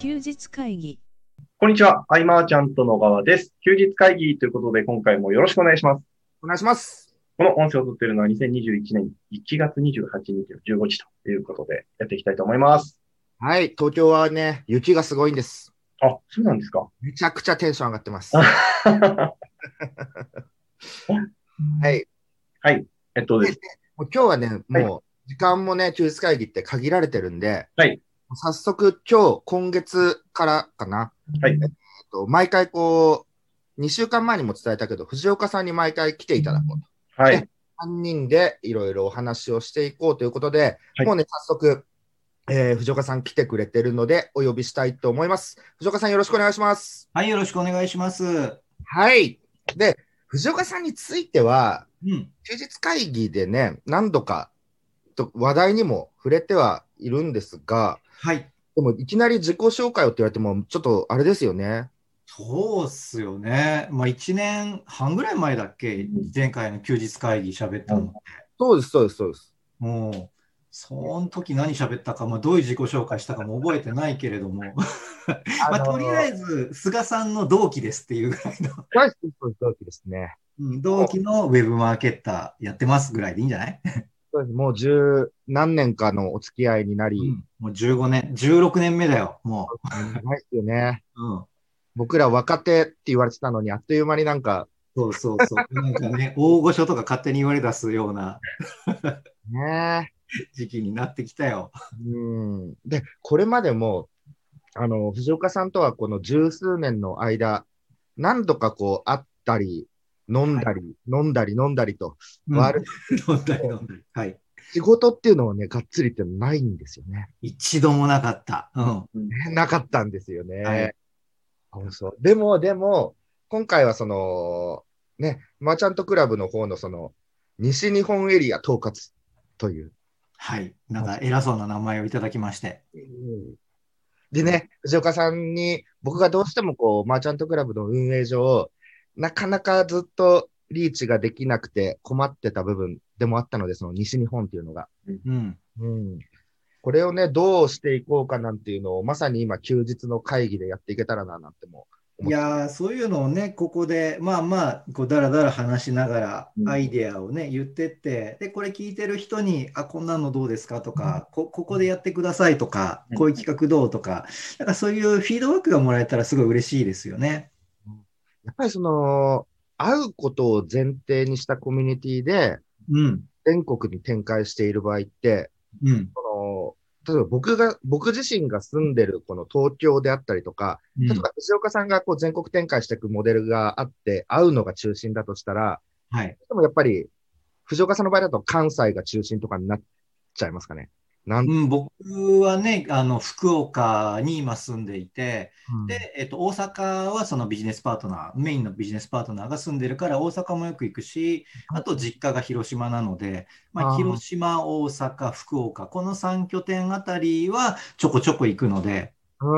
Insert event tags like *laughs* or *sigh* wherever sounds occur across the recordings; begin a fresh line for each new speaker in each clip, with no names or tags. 休日会議。
こんにちは。アイマーちゃんと野川です。休日会議ということで、今回もよろしくお願いします。
お願いします。
この音声を撮っているのは2021年1月28日の15時ということで、やっていきたいと思います。
はい、東京はね、雪がすごいんです。
あ、そうなんですか。 *laughs*
めちゃくちゃテンション上がってます。
あ
は
はい。
い。
はい。えっとです。
もう今日はね、もう、時間もね、休日会議って限られてるんで、
はい。
早速、今日、今月からかな。
はい
えっと、毎回こう、2週間前にも伝えたけど、藤岡さんに毎回来ていただこうと。
はい。
3人でいろいろお話をしていこうということで、
はい
もうね、早速、えー藤岡さん来てくれてるので、お呼びしたいと思います。藤岡さん、よろしくお願いします。
はい、よろしくお願いします。う
はい。で、藤岡さんについては、
ん。
休日会議でね、何度かと話題にも触れてはいるんですが、
はい。
でもいきなり自己紹介をって言われても、ちょっとあれですよね。
そうっすよね。まあ、1年半ぐらい前だっけ
うん
前回の休日会議喋ったの。
そうです、そうです、そうです。
もう、その時何喋ったか、まあ、どういう自己紹介したかも覚えてないけれども、 *laughs* まあ、とりあえず、菅さんの同期ですっていうぐらいの、
はいそうです、そうですそうですね。
うん同期のウェブマーケッターやってますぐらいでいいんじゃない、
そうですもう十何年かのお付き合いになり、
うんもう15年、16年目だよ、も
長いですよね。
う。うん
僕ら若手って言われてたのに、あっという間になんか、
そうそうそう。なんかね、大御所とか勝手に言われ出すような
ね
時期になってきたよ。
うんで、これまでも、あの、藤岡さんとはこの十数年の間、何度かこう、会ったり、飲んだり、飲んだり、飲んだりと、悪い
飲んだり飲んだり。はい。
仕事っていうのをね、がっつりってないんですよね。 *laughs*
一度もなかった。うん。
なかったんですよね。
はい
そうそう。でも、でも、今回はその、ね、マーチャントクラブの方のその、西日本エリア統括という、
はい。なんか偉そうな名前をいただきまして。
でね、藤岡さんに、僕がどうしてもこう、マーチャントクラブの運営上、なかなかずっとリーチができなくて困ってた部分でもあったので、その西日本っていうのが。
うん。
うん。これをね、どうしていこうかなんていうのを、まさに今、休日の会議でやっていけたらな、なんても
いやーそういうのをね、ここで、まあまあ、こう、だらだら話しながら
う、ん
アイデアをね、言ってって、で、これ聞いてる人に、あ、こんなのどうですかとか、こ、ここでやってくださいとか
うん、
こういう企画どうとか、なんかそういうフィードバックがもらえたらすごい嬉しいですよね。
やっぱりその、会うことを前提にしたコミュニティで、
うん。
全国に展開している場合って、
うん。
その、例えば僕が、僕自身が住んでるこの東京であったりとか、
うん
例えば藤岡さんがこう全国展開していくモデルがあって、合うのが中心だとしたら、
はい。
でもやっぱり、藤岡さんの場合だと関西が中心とかになっちゃいますかね。なん
うん、僕はね、あの、福岡に今住んでいて、で、えっと、大阪はそのビジネスパートナー、メインのビジネスパートナーが住んでるから、大阪もよく行くし、あと実家が広島なので、ま
あー
あ、広島、大阪、福岡、この3拠点あたりはちょこちょこ行くので、
うん。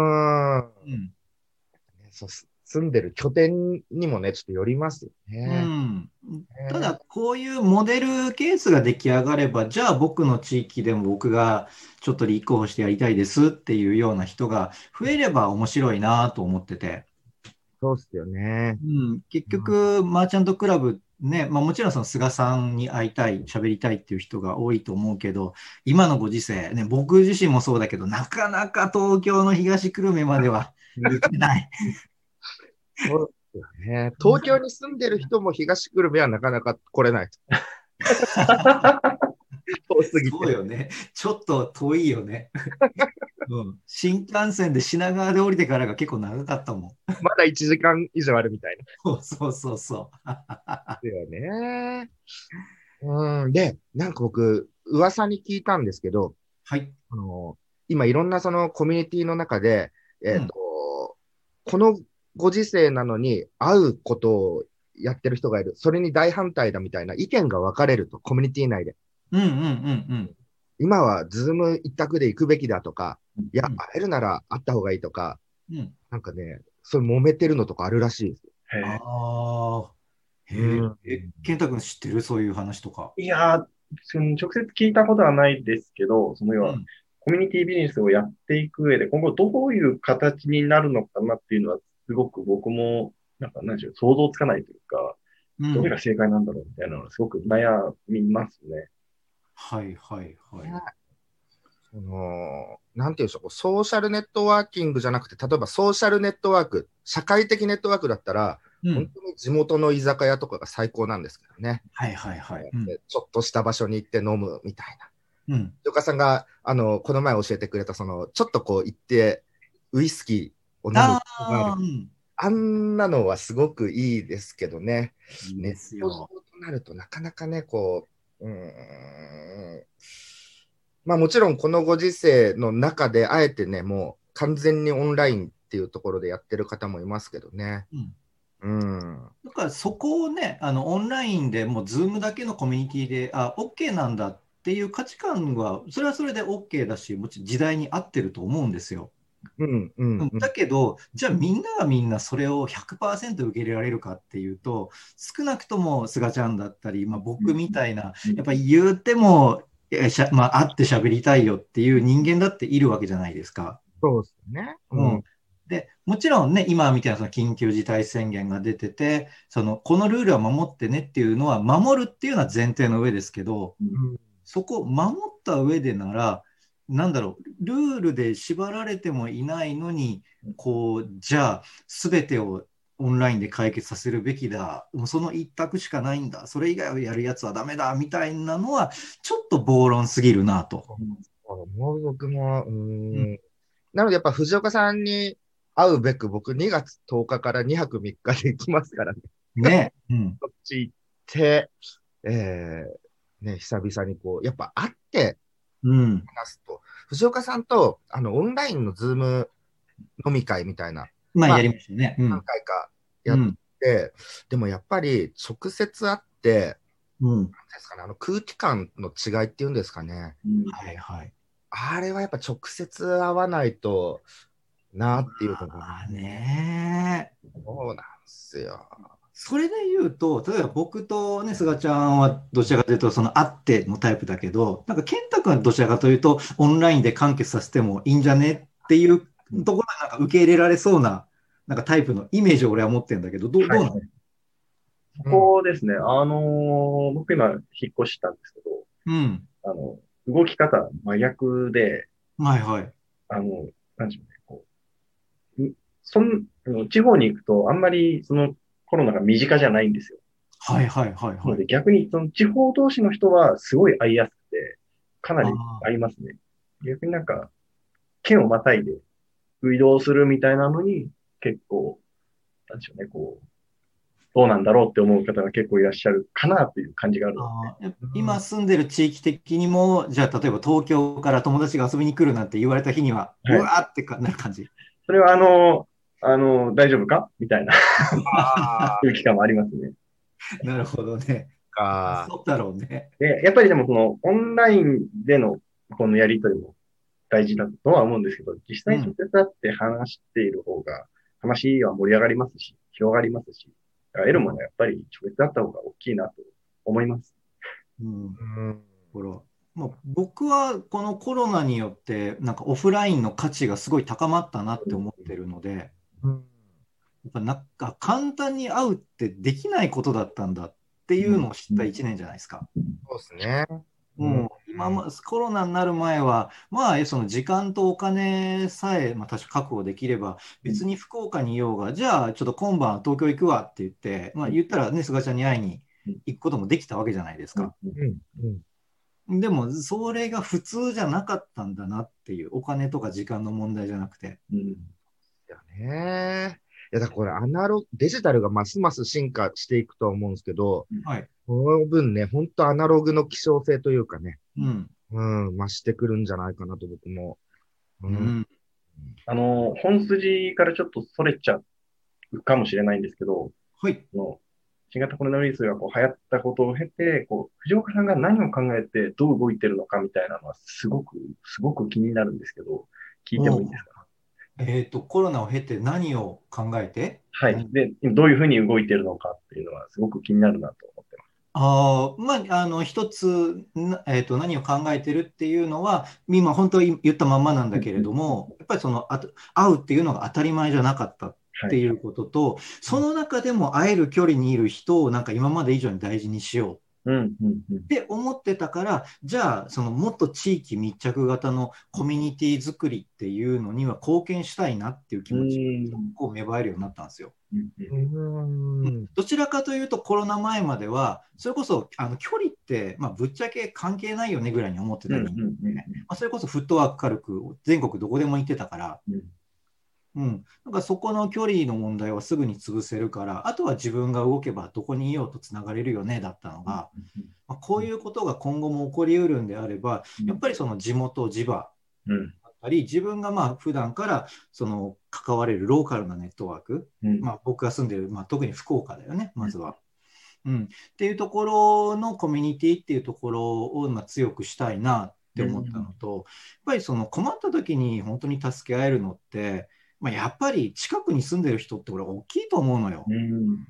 うん
うん、
そうす住んでる拠点にもね、ちょっとよりますよね。
うんただ、こういうモデルケースが出来上がれば、じゃあ僕の地域でも僕がちょっと立候補してやりたいですっていうような人が増えれば面白いなと思ってて。
そうっすよね。
うん、結局、マーチャントクラブ、ね、まあ、もちろんその菅さんに会いたい、喋りたいっていう人が多いと思うけど、今のご時世、ね、僕自身もそうだけど、なかなか東京の東久留米までは行けない。
そうっすよね。東京に住んでる人も東久留米はなかなか来れない。
*laughs*
遠すぎて。
*laughs* そうよね。ちょっと遠いよね、 *laughs* うん。新幹線で品川で降りてからが結構長かったもん。
まだ1時間以上あるみたいな。
そうそうそうそう。
だよね。うん、で、なんか僕、噂に聞いたんですけど、
はい。
あの今いろんなそのコミュニティの中で、えっ、と、このご時世なのに会うことをやってる人がいる。それに大反対だみたいな意見が分かれると、コミュニティ内で。
うんうんうんうん。
今はズーム一択で行くべきだとか、いや、会
うん
えるなら会った方がいいとか、
うん
なんかね、それ揉めてるのとかあるらしいです。
へー
ああ。へ
うん
え、え健太君知ってるそういう話とか。
いやー、その直接聞いたことはないですけど、その要は、
うん
コミュニティビジネスをやっていく上で、今後どういう形になるのかなっていうのは、すごく僕も、なんか、何でしょう、想像つかないというか、
う
どれ
ん
が正解なんだろうみたいなのは、すごく悩みますね。
はいはいはい。
その、なんていうんでしょうこう、ソーシャルネットワーキングじゃなくて、例えばソーシャルネットワーク、社会的ネットワークだったら、
う
本
ん、
当に地元の居酒屋とかが最高なんですけどね。
はいはいはい。うん
でちょっとした場所に行って飲むみたいな。
うん、
岡さんが、あの、この前教えてくれた、その、ちょっとこう行って、ウイスキーを飲むと
あ
か
あ、うん。
あんなのはすごくいいですけどね。
いいですよ。
そうとなると、なかなかね、こう、うーん、まあもちろんこのご時世の中で、あえてね、もう完全にオンラインっていうところでやってる方もいますけどね。
うん
うん。
だからそこをね、あのオンラインでもう Zoom だけのコミュニティで、あ、OK なんだっていう価値観は、それはそれで OK だし、もちろん時代に合ってると思うんですよ。
うん、うん、うん。
だけど、じゃあみんながみんなそれを100%受け入れられるかっていうと、少なくとも菅ちゃんだったり、まあ、僕みたいな、
うん
やっぱり言うても、えしゃまあ、会って喋りたいよっていう人間だっているわけじゃないですか。
そうですね。
うん。でもちろんね、今みたいなその緊急事態宣言が出てて、そのこのルールは守ってねっていうのは、守るっていうのは前提の上ですけど、
うん
そこを守った上でなら、なんだろう、ルールで縛られてもいないのに、こう、じゃあ、すべてをオンラインで解決させるべきだ、もうその一択しかないんだ、それ以外をやるやつはダメだ、みたいなのは、ちょっと暴論すぎるなと。
もう僕も、うーん。
う
なのでやっぱ藤岡さんに会うべく、僕2月10日から2泊3日で行きますからね。
ね。うん。
こっち行って、えー、ね、久々にこう、やっぱ会って
うん。
話すと、藤岡さんと、あの、オンラインのズーム飲み会みたいな、
ま
まあ
あ、やりましたね。う
何
ん。
回かや
う
っ
ん。
て、でもやっぱり直接会って、
うん。
なんですかね、あの空気感の違いっていうんですかね、
うん
はいはい。
あれはやっぱ直接会わないとなっていうのが、
まあね
そうなんですよ。
それで言うと、例えば僕とね、菅ちゃんはどちらかというと、その会ってのタイプだけど、なんか健太君はどちらかというと、オンラインで完結させてもいいんじゃねっていうところはなんか受け入れられそうな、なんかタイプのイメージを俺は持ってるんだけど、どうどうなの、
はいここですね、あのー僕今引っ越したんですけど、
うん。
あの、動き方真逆で、
はいはい。
あの、なんでしょうね、こう、んそん、あの地方に行くとあんまりそのコロナが身近じゃないんですよ。
はいはいはい
な
は
の
い。
で逆にその地方同士の人はすごい会いやすくて、かなり
あー
ありますね。逆になんか、県をまたいで移動するみたいなのに、結構、なんでしょうね、こう、どうなんだろうって思う方が結構いらっしゃるかなという感じがあるので。
あーやっぱ今住んでる地域的にも、じゃあ例えば東京から友達が遊びに来るなんて言われた日には、う
はい
わーってかなる感じ。
それはあの、あの、大丈夫かみたいな
あ
空気感もありますね。
なるほどね。
か、
そうだろうね。
で、やっぱりでもその、オンラインでのこのやりとりも大事だとは思うんですけど、実際に直接会って話している方が、話は盛り上がりますし、広がりますし、だから得るものはやっぱり直接会った方が大きいなと思います。
うん
うん、
ほら、まあ、僕はこのコロナによって、なんかオフラインの価値がすごい高まったなって思ってるので、
う
や
ん
っぱなんか簡単に会うってできないことだったんだっていうのを知った1年じゃないですか。
そうですね。
もう今まコロナになる前は、まあ、その時間とお金さえ、まあ、多少確保できれば、別に福岡にいようが、じゃあ、ちょっと今晩東京行くわって言って、まあ、言ったらね、菅ちゃんに会いに行くこともできたわけじゃないですか。
うん、うん。
でも、それが普通じゃなかったんだなっていう、お金とか時間の問題じゃなくて。
うん
だね。いや、だからこれ、アナログ、デジタルがますます進化していくとは思うんですけど、
はい。
その分ね、本当アナログの希少性というかね、
うん。
うん、増してくるんじゃないかなと僕も。う。
うんん。
あの、本筋からちょっとそれちゃうかもしれないんですけど、
はい。
その新型コロナウイルスがこう流行ったことを経て、こう藤岡さんが何を考えてどう動いてるのかみたいなのはすごく、すごく気になるんですけど、聞いてもいいですか
えっ、と、コロナを経て何を考えて
は
う
い。
ん
で、どういうふうに動いてるのかっていうのはすごく気になるなと思ってます。
ああ、まあ、あの、一つ、なえっと、何を考えてるっていうのは、今、本当に言ったまんまなんだけれども、やっぱりその、あと、会うっていうのが当たり前じゃなかったっていうことと、その中でも会える距離にいる人を、なんか今まで以上に大事にしよう
うん、うん、うん。
って思ってたから、じゃあ、そのもっと地域密着型のコミュニティ作りっていうのには貢献したいなっていう気持ち
うん
を芽生えるようになったんですよ。
うん
うん。
どちらかというとコロナ前までは、それこそあの距離って、まあ、ぶっちゃけ関係ないよねぐらいに思って
うん、
た
う
り、
ん、うんうん
まあ、それこそフットワーク軽く全国どこでも行ってたから、
うん
うん、なんかそこの距離の問題はすぐに潰せるから、あとは自分が動けばどこにいようとつながれるよねだったのが、まあ、こういうことが今後も起こりうるんであれば、
うん
やっぱりその地元、地場
うん、
だったり、自分がまあ普段からその関われるローカルなネットワーク、
うん。
まあ、僕が住んでる、まあ、特に福岡だよね、まずは。うん、っていうところのコミュニティっていうところをまあ強くしたいなって思ったのと、やっぱりその困った時に本当に助け合えるのって、まあ、やっぱり近くに住んでる人って俺大きいと思うのよ。
うん、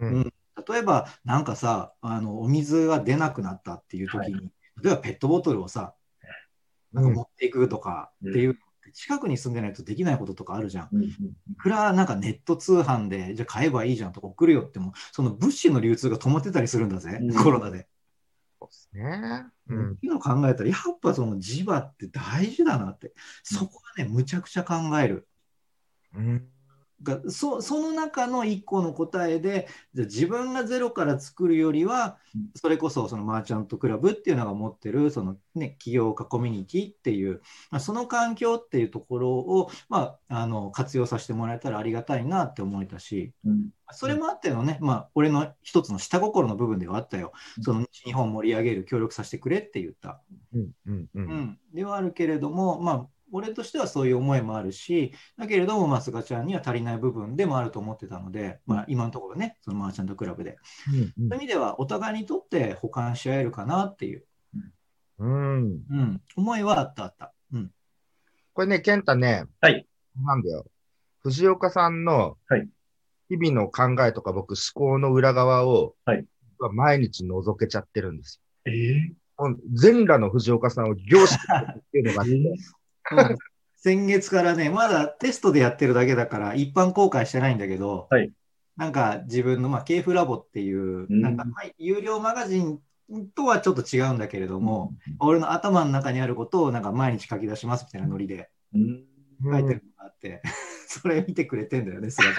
うん
例えば、なんかさ、あの、お水が出なくなったっていう時に、例えばペットボトルをさ、なんか持っていくとかっていう、近くに住んでないとできないこととかあるじゃん。
う
い
ん、
くらなんかネット通販で、じゃあ買えばいいじゃんとか送るよっても、その物資の流通が止まってたりするんだぜ、
うん
コロナで。
そうですね。うん
っ。ていうのを考えたら、やっぱその磁場って大事だなって、そこはね、むちゃくちゃ考える。
うん。
がそその中の一個の答えでじゃあ自分がゼロから作るよりは
うん
それこそそのマーチャントクラブっていうのが持ってるその、ね、起業家コミュニティっていう、まあ、その環境っていうところを、まあ、あの活用させてもらえたらありがたいなって思えたし
うん。
それもあってのね、まあ、俺の一つの下心の部分ではあったよ
うん
その西日本を盛り上げる協力させてくれって言った。
うん。うん。う。
うんん、ではあるけれども、まあ、俺としてはそういう思いもあるし、だけれども、まあ、すがちゃんには足りない部分でもあると思ってたので、まあ、今のところね、そのマーチャントクラブで。そういう意味では、お互いにとって補完し合えるかなっていう、
うん。
うん、思いはあったあった。うん、
これね、健太ね、
はい。
なんだよ。藤岡さんの
はい、
日々の考えとか僕、思考の裏側を、
はい。
毎日覗けちゃってるんです
ええ
よ。もう全裸の藤岡さんを凝視っていうのがあって、
うん *laughs* 先月からね、まだテストでやってるだけだから、一般公開してないんだけど、
はい
なんか自分の、まあ、KF ラボってい
う
う、
ん
なんか、まあ有料マガジンとはちょっと違うんだけれども、俺の頭の中にあることをなんか毎日書き出しますみたいなノリで
うん。
*laughs* 書いてるのがあって、それ見てくれてんだよね、すがち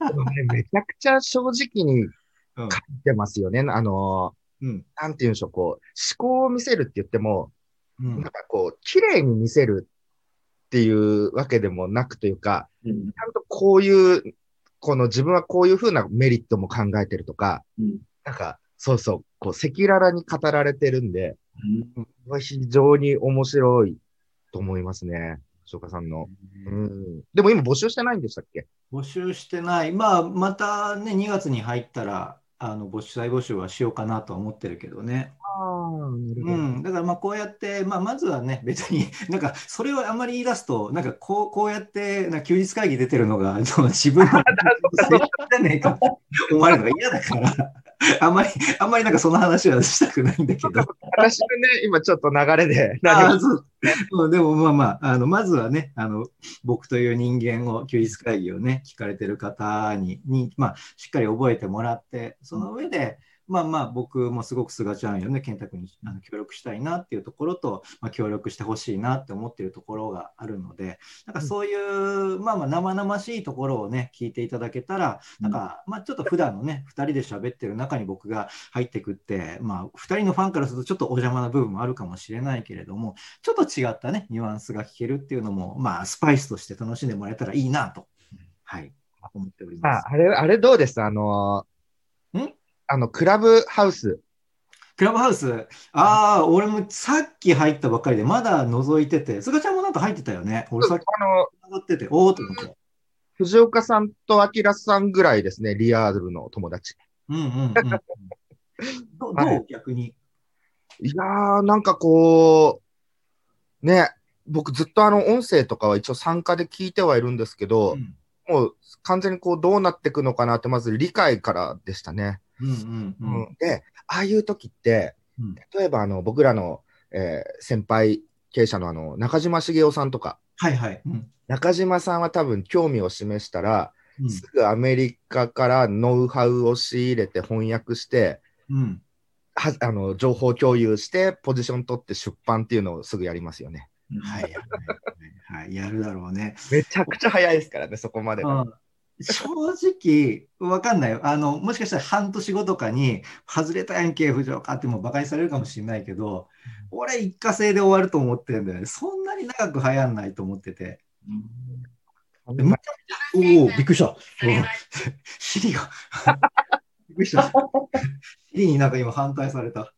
うんでもねめちゃくちゃ正直に
ゃん。
書いてますよね。あの
うん。
ー、なんて言うんでしょう、こう、思考を見せるって言っても、
う
なん
ん。
かこう、綺麗に見せるっていうわけでもなくというか、
うん。
ちゃんとこういう、この自分はこういうふうなメリットも考えてるとか、
うん。
なんか、そうそう、こう、赤裸々に語られてるんで、
うん。
非常に面白いと思いますね。吉岡さんの。うん。でも今募集してないんでしたっけ
募集してない。まあ、またね、2月に入ったら、あの、募集、再募集はしようかなとは思ってるけどね。
ああ、なる
うん。だから、まあ、こうやって、まあ、まずはね、別に、なんか、それをあんまり言い出すと、なんか、こう、こうやって、なんか休日会議出てるのが、その自分の、責任じゃねえかって思われるのが嫌だから、あんまり、あんまりなんかその話はしたくないんだけど。
私ね、今ちょっと流れで、
*laughs* あ
何
ーそううんでもまあまあ、あのまずはねあの、僕という人間を、休日会議をね、聞かれてる方にに、まあ、しっかり覚えてもらって、その上で、まあまあ、僕もすごく菅ちゃんよね、健太君にあの協力したいなっていうところと、まあ、協力してほしいなって思ってるところがあるので、なんかそういう、まあまあ、生々しいところをね、聞いていただけたら、なんか、まあ、ちょっと普段のね、2人で喋ってる中に僕が入ってくって、まあ、2人のファンからするとちょっとお邪魔な部分もあるかもしれないけれども、ちょっと違ったね、ニュアンスが聞けるっていうのも、まあ、スパイスとして楽しんでもらえたらいいなと、はい、思っておりま
あ
す。
あれ、あれどうですあのー
ん
あの、クラブハウス。
クラブハウス、ああ、俺もさっき入ったばっかりで、まだ覗いてて、すがちゃんもなんか入ってたよね。俺さっき
あの、
上がってて、おおと思って。
藤岡さんと明さんぐらいですね、リアルの友達。
うんうんうんうん。ど
は
ど
いう
逆に。
いやー、なんかこう、ね、僕ずっとあの音声とかは一応参加で聞いてはいるんですけど、
うん
もう完全にこうどうなっていくのかなって、まず理解からでしたね。
うんうんうん。
で、ああいう時って
うん、
例えばあの僕らの、えー先輩経営者のあの中島茂雄さんとか、
はいはい。うん
中島さんは多分興味を示したら、
うん
すぐアメリカからノウハウを仕入れて翻訳して、
うん。
はあの情報共有して、ポジション取って出版っていうのをすぐやりますよね。
はいはいはいはい。やるだろうね。
めちゃくちゃ早いですからね、そこまでが。
うん正直、わかんないよ。あの、もしかしたら半年後とかに、外れたやんけ、不条かってもう馬鹿にされるかもしれないけど、俺一過性で終わると思ってるんだよね。そんなに長く流行んないと思ってて。でむちゃくちゃおお、びっくりした。おーシリが。びっくりした。シリになんか今反対された。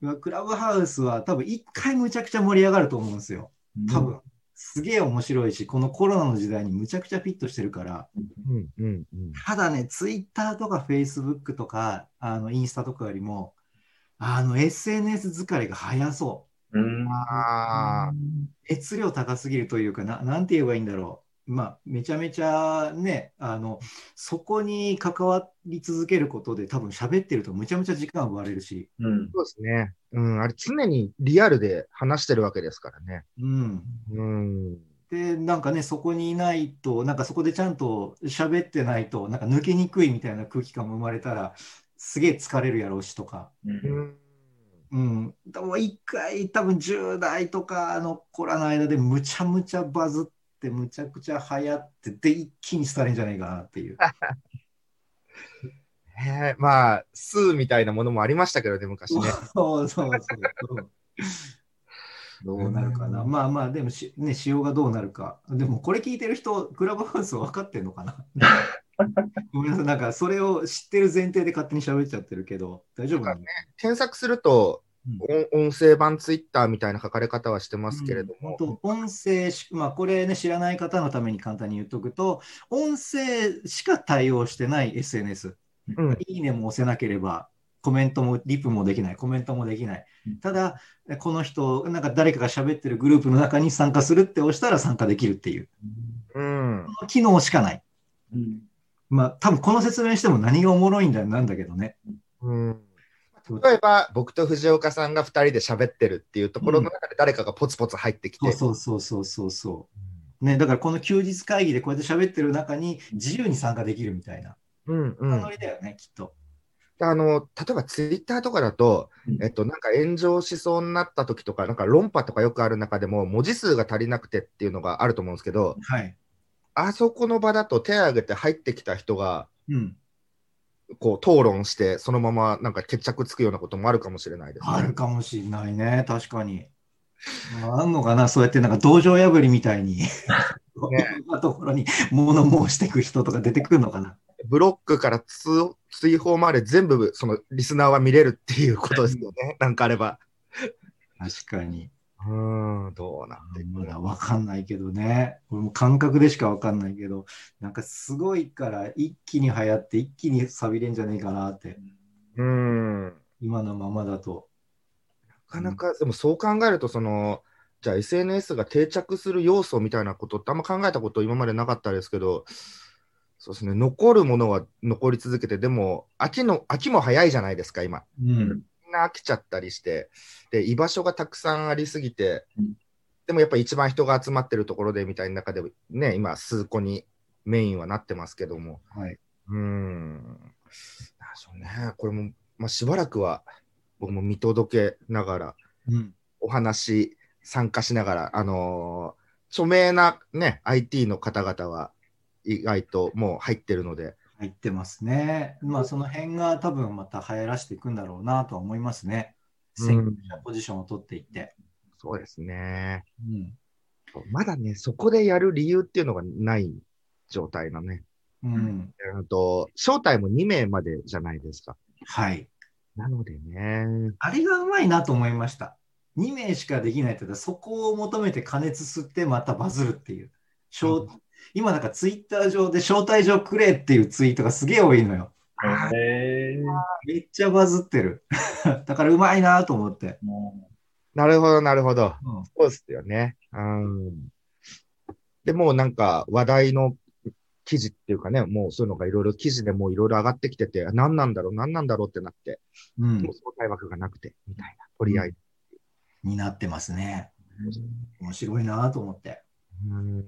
うん、クラブハウスは多分一回むちゃくちゃ盛り上がると思うんですよ。多分、すげえ面白いし、このコロナの時代にむちゃくちゃフィットしてるから、
うんうんうん
ただね、ツイッターとかフェイスブックとか、あのインスタとかよりも、あの SNS 疲れが早そう。
うん。
ああ、
熱量高すぎるというかな、なんて言えばいいんだろう。まあ、めちゃめちゃね、あの、そこに関わり続けることで、多分喋ってるとむちゃむちゃ時間奪われるし、
うん。
そうですね。うん、あれ常にリアルで話してるわけですからね。
うん。
うん。
で、なんかね、そこにいないと、なんかそこでちゃんと喋ってないと、なんか抜けにくいみたいな空気感も生まれたら、すげえ疲れるやろうしとか。
うん。
うん、でも一回多分10代とかの子らの間でむちゃむちゃバズってむちゃくちゃ流行ってで一気に廃れんじゃないかなっていう。
へえまあ、スーみたいなものもありましたけどね、昔ね。
そうそうそうそう。どうなるかな。まあまあ、でもし、ね、仕様がどうなるか。でも、これ聞いてる人、クラブハウス分かってんのかなごめんなさい、なんか、それを知ってる前提で勝手に喋っちゃってるけど、大丈夫なの
検索すると、お音声版ツイッターみたいな書かれ方はしてますけれども。
うん本当音声し、まあ、これね、知らない方のために簡単に言っとくと、音声しか対応してない SNS。
うん
いいねも押せなければ、コメントも、リプもできない、コメントもできない
うん。
ただ、この人、なんか誰かが喋ってるグループの中に参加するって押したら参加できるっていう、
うん。
この機能しかない。
うん。
まあ、多分この説明しても何がおもろいんだなんだけどね。
うん例えば、僕と藤岡さんが2人で喋ってるっていうところの中で誰かがポツポツ入ってきて、
そうそうそうそうそうそう。ね、だからこの休日会議でこうやって喋ってる中に自由に参加できるみたいな。
うんうん
ノリだよね、きっと。
あの例えばツイッターとかだと、
うん
えっと、なんか炎上しそうになった時とか、なんか論破とかよくある中でも、文字数が足りなくてっていうのがあると思うんですけど、
はい。
あそこの場だと手を挙げて入ってきた人が、
うん。
こう討論して、そのままなんか決着つくようなこともあるかもしれないです
あ
ね
る。かもしれないね、確かに。あんのかな、そうやってなんか道場破りみた
*laughs*
いに、こんな *laughs* ところに物申していく人とか出てくるのかな。
ブロックから通追放まで全部、そのリスナーは見れるっていうことですよね、なんかあれば。
確かに。
うーん、どうなっていく
ま
の
だわかんないけどね。俺も感覚でしかわかんないけど、なんかすごいから一気に流行って一気に錆びれんじゃねえかなって、
うーん。
今のままだと。
なかなか、でもそう考えると、その、じゃあ SNS が定着する要素みたいなことってあんま考えたこと今までなかったですけど、そうですね、残るものは残り続けて、でも、秋の、秋も早いじゃないですか、今。
うん。
みんな飽きちゃったりして、で、居場所がたくさんありすぎて
うん、
でもやっぱ一番人が集まってるところでみたいな中で、ね、今、数個にメインはなってますけども、
はい。
うーん、なんでしょうね、これも、まあ、しばらくは僕も見届けながら、
うん。
お話、参加しながら、あのー著名なね、IT の方々は意外ともう入ってるので、
入ってますね。まあその辺が多分また流行らしていくんだろうなとは思いますね。選挙者ポジションを取っていって。
そうですね。
うん
まだね、そこでやる理由っていうのがない状態のね。
うん、
あと、招待も2名までじゃないですか。
はい。
なのでね、
あれがうまいなと思いました。2名しかできないって言ったら、そこを求めて加熱吸ってまたバズるっていう。
う
招
ん
今なんかツイッター上で招待状くれっていうツイートがすげえ多いのよ。
へー
めっちゃバズってる。 *laughs* だからうまいなと思って。
なるほど、なるほど。
うん
そうですよね。うん。でもうなんか話題の記事っていうかね、もうそういうのがいろいろ記事でもういろいろ上がってきてて、何なんだろう、何なんだろうってなって、
うん
もう、その対枠がなくて、みたいな、とりあえず。
になってますね。面白いなと思って。
うん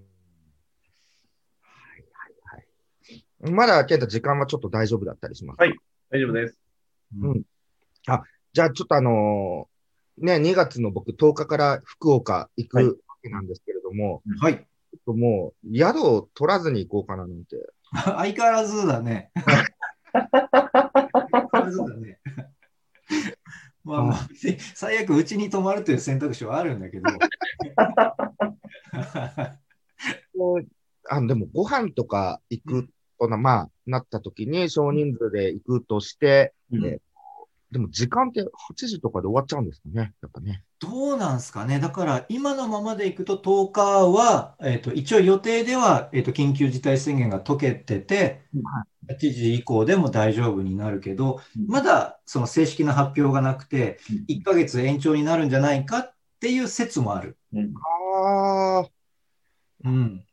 はいはいはい。まだ、けど時間はちょっと大丈夫だったりします。
はい大丈夫です。
うんじゃあ、ちょっとあのーね、2月の僕、10日から福岡行く
はい
わけなんですけれども、
はい。
ちょっともう、宿を取らずに行こうかななんて。
相変わらずだね。相変わらずだね。まあまあ、別に最悪うちに泊まるという選択肢はあるんだけど。
もうあでも、ご飯とか行くとな、まあ、なった時に少人数で行くとして、
うん
えでも時間って8時とかで終わっちゃうんですかね、やっぱね。
どうなんすかね。だから今のままでいくと10日は、えっと、一応予定では、えっと、緊急事態宣言が解けてて
うん、
8時以降でも大丈夫になるけど、まだその正式な発表がなくて、1ヶ月延長になるんじゃないかっていう説もある。
うん
ああ、
うん。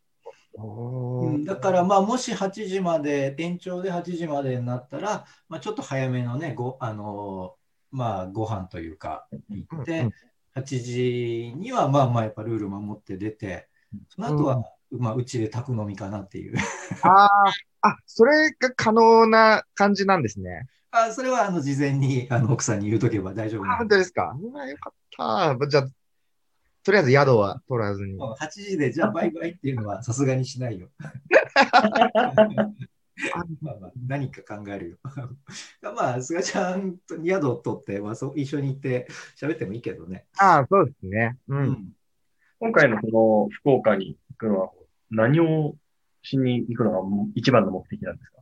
う
うんだからまあもし8時まで延長で8時までになったら、まあ、ちょっと早めのねご,、あのーまあ、ご飯というか行って、
うん
8時にはまあまあやっぱルール守って出てその後は、まあ、うちで宅飲みかなっていう *laughs*
ああ、あ、それが可能な感じなんですね。
あそれはあの事前にあの奥さんに言うとけば大丈夫
あ
な
本
ん
当
で
ですか。うわ、よかった。じゃあ、とりあえず宿は取らずに。
もう8時でじゃあバイバイっていうのはさすがにしないよ。まあまあ何か考えるよ。まあ、菅ちゃんと宿を取って、まあ、そう一緒に行って喋ってもいいけどね。
ああ、そうですね。う。
うん
今回のこの福岡に行くのは、何をしに行くのが一番の目的なんですか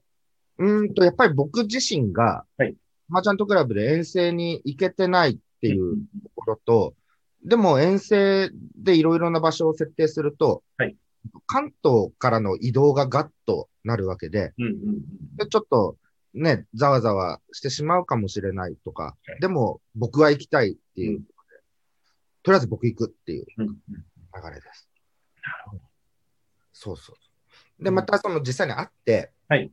うーんと、やっぱり僕自身が、
はい
マーチャントクラブで遠征に行けてないっていうところと、でも遠征でいろいろな場所を設定すると、
はい
関東からの移動がガッとなるわけで、
うんうんうん
でちょっとね、ざわざわしてしまうかもしれないとか、
はい
でも僕は行きたいっていうことで、とりあえず僕行くっていう
うんうん。
流れです。
なるほど。
そうそう。で、またその実際に会って、
はい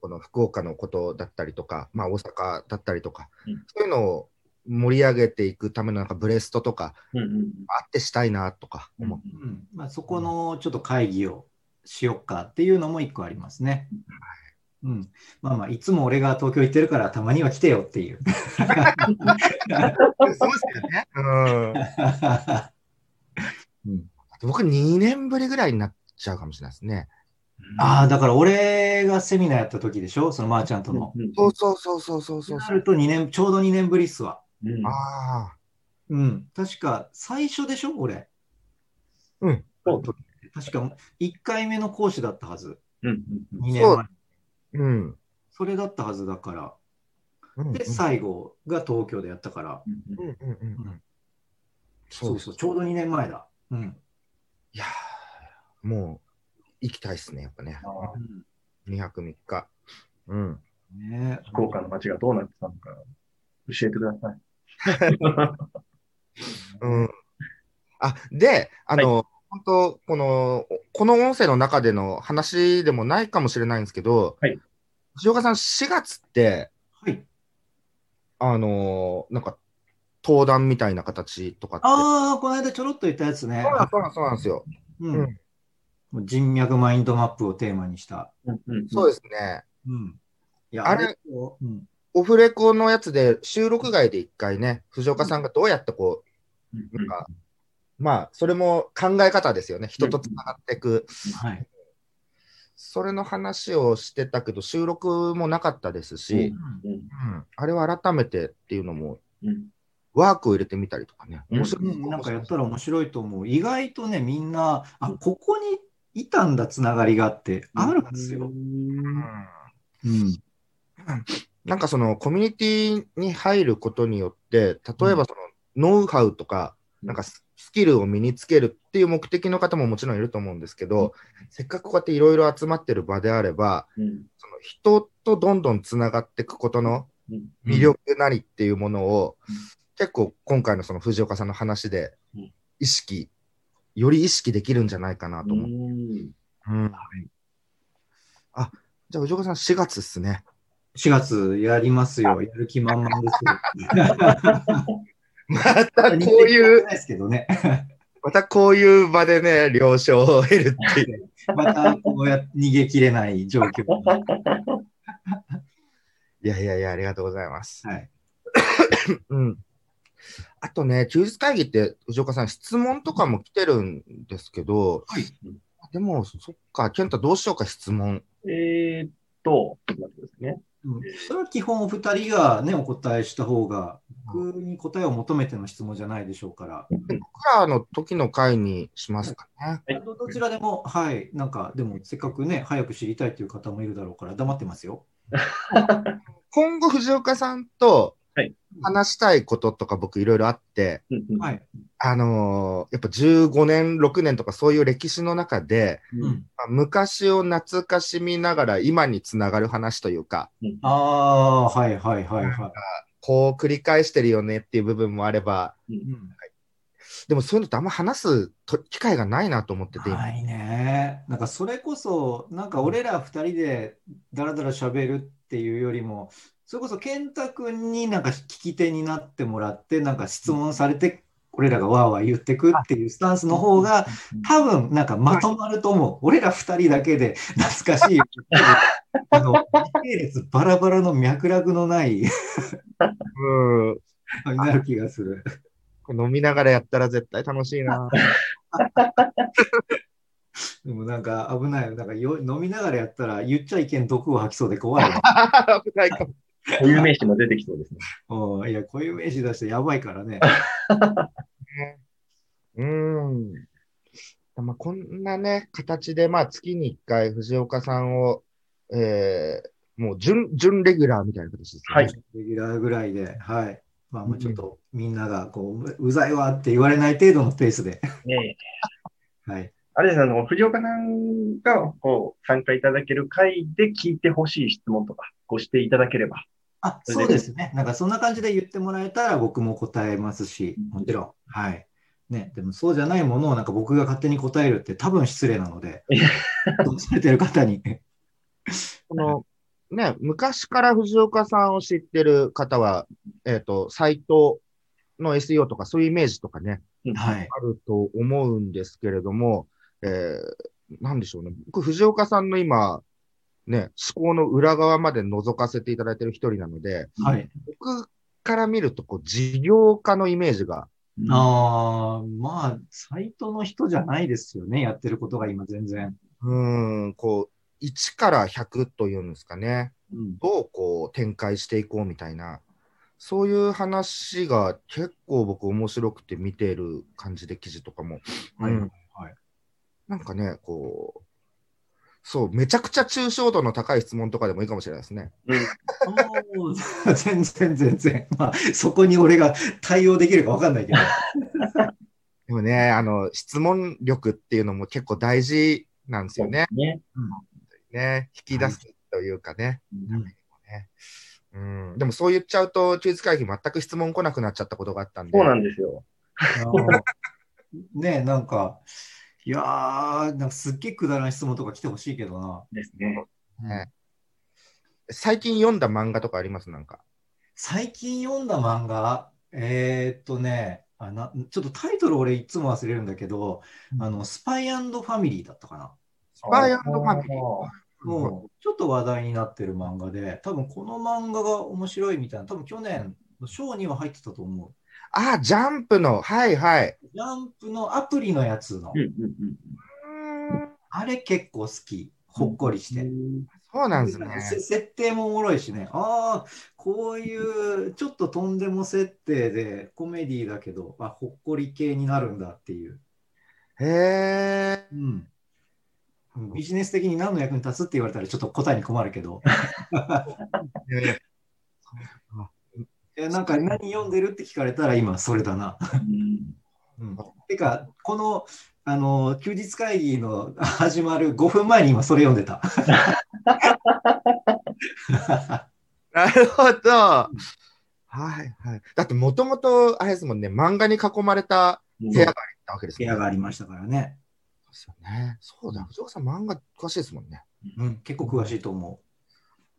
この福岡のことだったりとか、まあ、大阪だったりとか、
うん
そういうのを盛り上げていくためのなんかブレストとか、
うんうんうん
会ってしたいなとか
うん
思って、
んうんまあ、そこのちょっと会議をしよっかっていうのも一個ありますね。うん、まあまあいつも俺が東京行ってるからたまには来てよっていう。
そうですよね。うん。
うん
僕、2年ぶりぐらいになっちゃうかもしれないですね。
ああだから俺がセミナーやった時でしょそのまーちゃんと
うん
の。
うん
そうそうそうそうそうそう
なると2年ちょうど2年ぶりっすわ。
うん
ああ。
うん、確か最初でしょ俺。
うん。
そう
確か1回目の講師だったはず。
うんうんうん
2年
そう
前。
うん。
それだったはずだから。
うん
で、最後が東京でやったから、
うん
うんうんうんうん。
そ
そう
う
そ。
そうう、ちょうど2年前だ。うん。
いやーもう、行きたいですね、やっぱね。2泊3日。うん。
ねえ
福岡の街がどうなってたのか、教えてください。
うん。あ、で、あの、本当この、この音声の中での話でもないかもしれないんですけど、
はい。
藤岡さん、4月って、
はい。
あのなんか、登壇みたいな形とかって。
ああ、この間ちょろっと言ったやつね
そう。なんそうなんそうなんですよ。
うん
うん
もう人脈マインドマップをテーマにした。
うんうん
そうですね。
うん。いや、
あれ
うん、
オフレコのやつで、収録外で一回ね、藤岡さんがどうやってこ
うん
う、なんか、まあ、それも考え方ですよね。人とつながっていく。
はい。
それの話をしてたけど、収録もなかったですし、
うん
うんあれは改めてっていうのも、
うん
ワークを入れてみたりとかね、
うん
面白い、
うん、なんかやったら面白いと思う。意外とね、みんな、あ、ここにいたんだ、つながりがってあるんですよ。
うん
うん。
なんかそのコミュニティに入ることによって、例えばそのノウハウとか、
うん
なんかススキルを身につけるっていう目的の方ももちろんいると思うんですけど、せっかくこうやっていろいろ集まってる場であれば、
うん
その人とどんどんつながっていくことの
うん
魅力なりっていうものを、
うん
結構今回のその藤岡さんの話で
うん
意識、より意識できるんじゃないかなと思う。
うん
うんじゃあ、藤岡さん4月っすね。
4月やりますよ。やる気満々 *laughs* ですよ。
*laughs* またこういう
う。、ですけどね。
またこういう場でね、了承を得るっていう。
*laughs* またこうやって逃げ切れない状況。
*laughs* いやいやいや、ありがとうございます。
はい。
うん。あとね、休日会議って、藤岡さん、質問とかも来てるんですけど、
はい
でも、そっか、健太どうしようか、質問。
えーっと、ちょっと待ってくださいね。
うんそれは基本お二人がね、お答えした方が、僕に答えを求めての質問じゃないでしょうから、
僕らの時の会にしますかね。
はい
どどちらでも、はい、なんか、でもせっかくね、早く知りたいという方もいるだろうから、黙ってますよ。
今後、藤岡さんと
はい
話したいこととか、僕、いろいろあって、
うんうん
はい。
あのーやっぱ15年、6年とか、そういう歴史の中で、
うん、
まあ昔を懐かしみながら、今につながる話というか、
ああー、はいはいはいは
こう繰り返してるよねっていう部分もあれば、
い。うん
でもそういうのってあんま話すと機会がないなと思ってて、
ないね。なんかそれこそ、なんか俺ら二人でだらだら喋るっていうよりも、それこそ健太君になんか聞き手になってもらって、なんか質問されて、俺らがわーわー言ってくっていうスタンスの方が、多分なんかまとまると思う。俺ら二人だけで懐かしいよ。あの、時系列バラバラの脈絡のない
うん
になる気がする。
これ飲みながらやったら絶対楽しいな。
でもなんか危ないよ。なんかよ飲みながらやったら言っちゃいけん毒を吐きそうで怖いわ。
危ないかも。
固有名詞も出てきそうですね。
うん、いや、こういう名詞出してやばいから *laughs* ね。
*laughs* うん。まあ、こんなね、形で、まあ、月に1回、藤岡さんを、えーもう準、準レギュラーみたいな形ですね。
はい
レギュラーぐらいで、はい。まあ、もうちょっ
う
とみんながこう、ううざいわって言われない程度のペースで。
ねえ
はい。
あれですあの、藤岡さんがこう参加いただける会で聞いてほしい質問とか、ごしていただければ。
あ、
そ
そ
れ
う
で
ですね。なんかそんな感じで言ってもらえたら僕も答えますし、もちろん。はい。ね、でもそうじゃないものをなんか僕が勝手に答えるって多分失礼なので
いや、
されてる方に。
この、ね、昔から藤岡さんを知ってる方は、えっ、と、サイトの SEO とかそういうイメージとかね、
は
あ
い。
ると思うんですけれども、えー、なんでしょうね。僕、藤岡さんの今、ね、思考の裏側まで覗かせていただいてる一人なので、
はい。
僕から見ると、こう、事業家のイメージが、
ああ、まあ、サイトの人じゃないですよね。やってることが今全然。
うーん、こう、1から100というんですかね。
うん。
どうこう展開していこうみたいな、そういう話が結構僕面白くて見てる感じで記事とかも。
はい
うん
はい
なんかね、こう、そう、めちゃくちゃ抽象度の高い質問とかでもいいかもしれないですね。
うん
おー *laughs* 全然全然。まあ、そこに俺が対応できるか分かんないけど。
でもね、あの、質問力っていうのも結構大事なんですよね。
ね。
ね引き出すというかね。
うん
うん、でもそう言っちゃうと、休日会議全く質問来なくなっちゃったことがあったんで。
そうなんですよ。
ねえ、なんか、いやー、なんかすっげえくだらない質問とか来てほしいけどな。
ですね。
ね最近読んだ漫画とかありますなんか。
最近読んだ漫画、えーっとねあな、ちょっとタイトル俺いつも忘れるんだけど、あのスパイファミリーだったかな。
スパイファミリー。
もうちょっと話題になってる漫画で、多分この漫画が面白いみたいな、多分去年の賞には入ってたと思う。
あ、ジャンプの、はいはい。
ジャンプのアプリのやつの
うん、うん
あれ結構好き。ほっこりして。
うん。
そうなんですね。
せ設定もおもろいしね。ああ、こういうちょっととんでも設定でコメディだけど、あ、ほっこり系になるんだっていう。
へえ。
うん。ビジネス的に何の役に立つって言われたらちょっと答えに困るけ *laughs* ど、えなんか何読んでるって聞かれたら今それだな。うん、てか、この、あの、休日会議の *laughs* 始まる5分前に今それ読んでた。
なるほど。はいはい。だってもともと、あれですもんね、漫画に囲まれた
うん
部屋があったわけです
部
もん
屋
ね。
がありましたからね。
そうですよね。そうだ、藤岡さん漫画詳しいですもんね。
うん、結構詳しいと思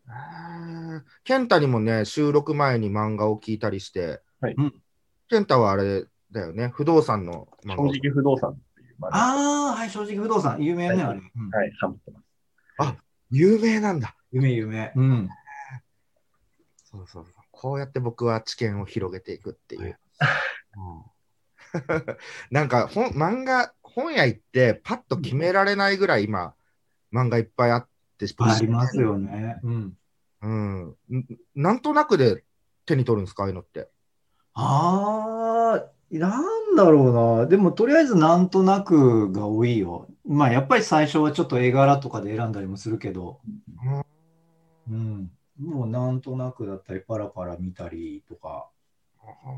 へー健太にもね、収録前に漫画を聞いたりして、
はい
うん
健太はあれだよね、不動産の漫画
正
を。
直不動産っていう、ま
う。
あ、
ああ、はい、正直不動産、有名ね、
は
あ
い
れ。うん
はい、ハマってます。
有名なんだ。
有名、有名。うん。
そうそうそう。こうやって僕は知見を広げていくっていう。うんなんか本漫画、本屋行ってパッと決められないぐらい今、漫画いっぱいあって、
ありますよね。うん。
うん。んなんとなくで手に取るんですか、ああいうのって。
ああ、なんだろうな。でも、とりあえずなんとなくが多いよ。まあ、やっぱり最初はちょっと絵柄とかで選んだりもするけど、うん。もうなんとなくだったり、パラパラ見たりとか、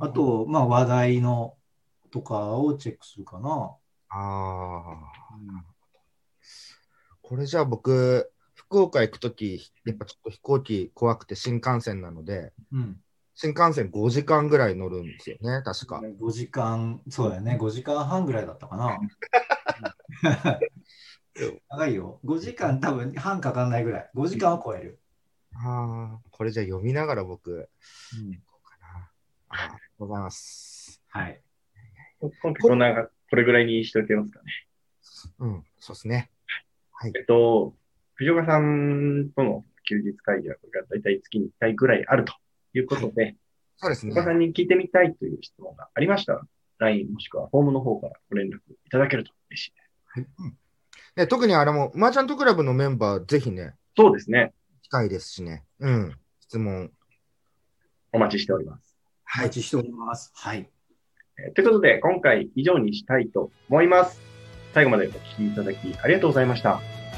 あ、と、まあ、話題のとかをチェックするかな。
ああ。これじゃあ僕、福岡行くとき、やっぱちょっと飛行機怖くて新幹線なので、
うん。
新幹線5時間ぐらい乗るんですよね、確か。
5時間、そうだよね、5時間半ぐらいだったかな。 *laughs* 長いよ。5時間多分半かかんないぐらい。5時間は超える。
ああ、これじゃあ読みながら僕、こうかな。ありがとうございます。
はい。
今回こんな、これぐらいにしておけますかね。
うん、そうですね。
えっと、藤岡さんとの休日会議はこれが大体月に1回ぐらいあるということで、
そうですね
藤。岡さんに聞いてみたいという質問がありましたら、LINE もしくはフォームの方からご連絡いただけると嬉しいです。
ね特にあれも、マーチャントクラブのメンバー、ぜひね、
そうですね。
機会ですしね。うん、質問。
お待ちしております。
お待ちしております。はい。
えーということで、今回以上にしたいと思います。最後までお聞きいただきありがとうございました。
あり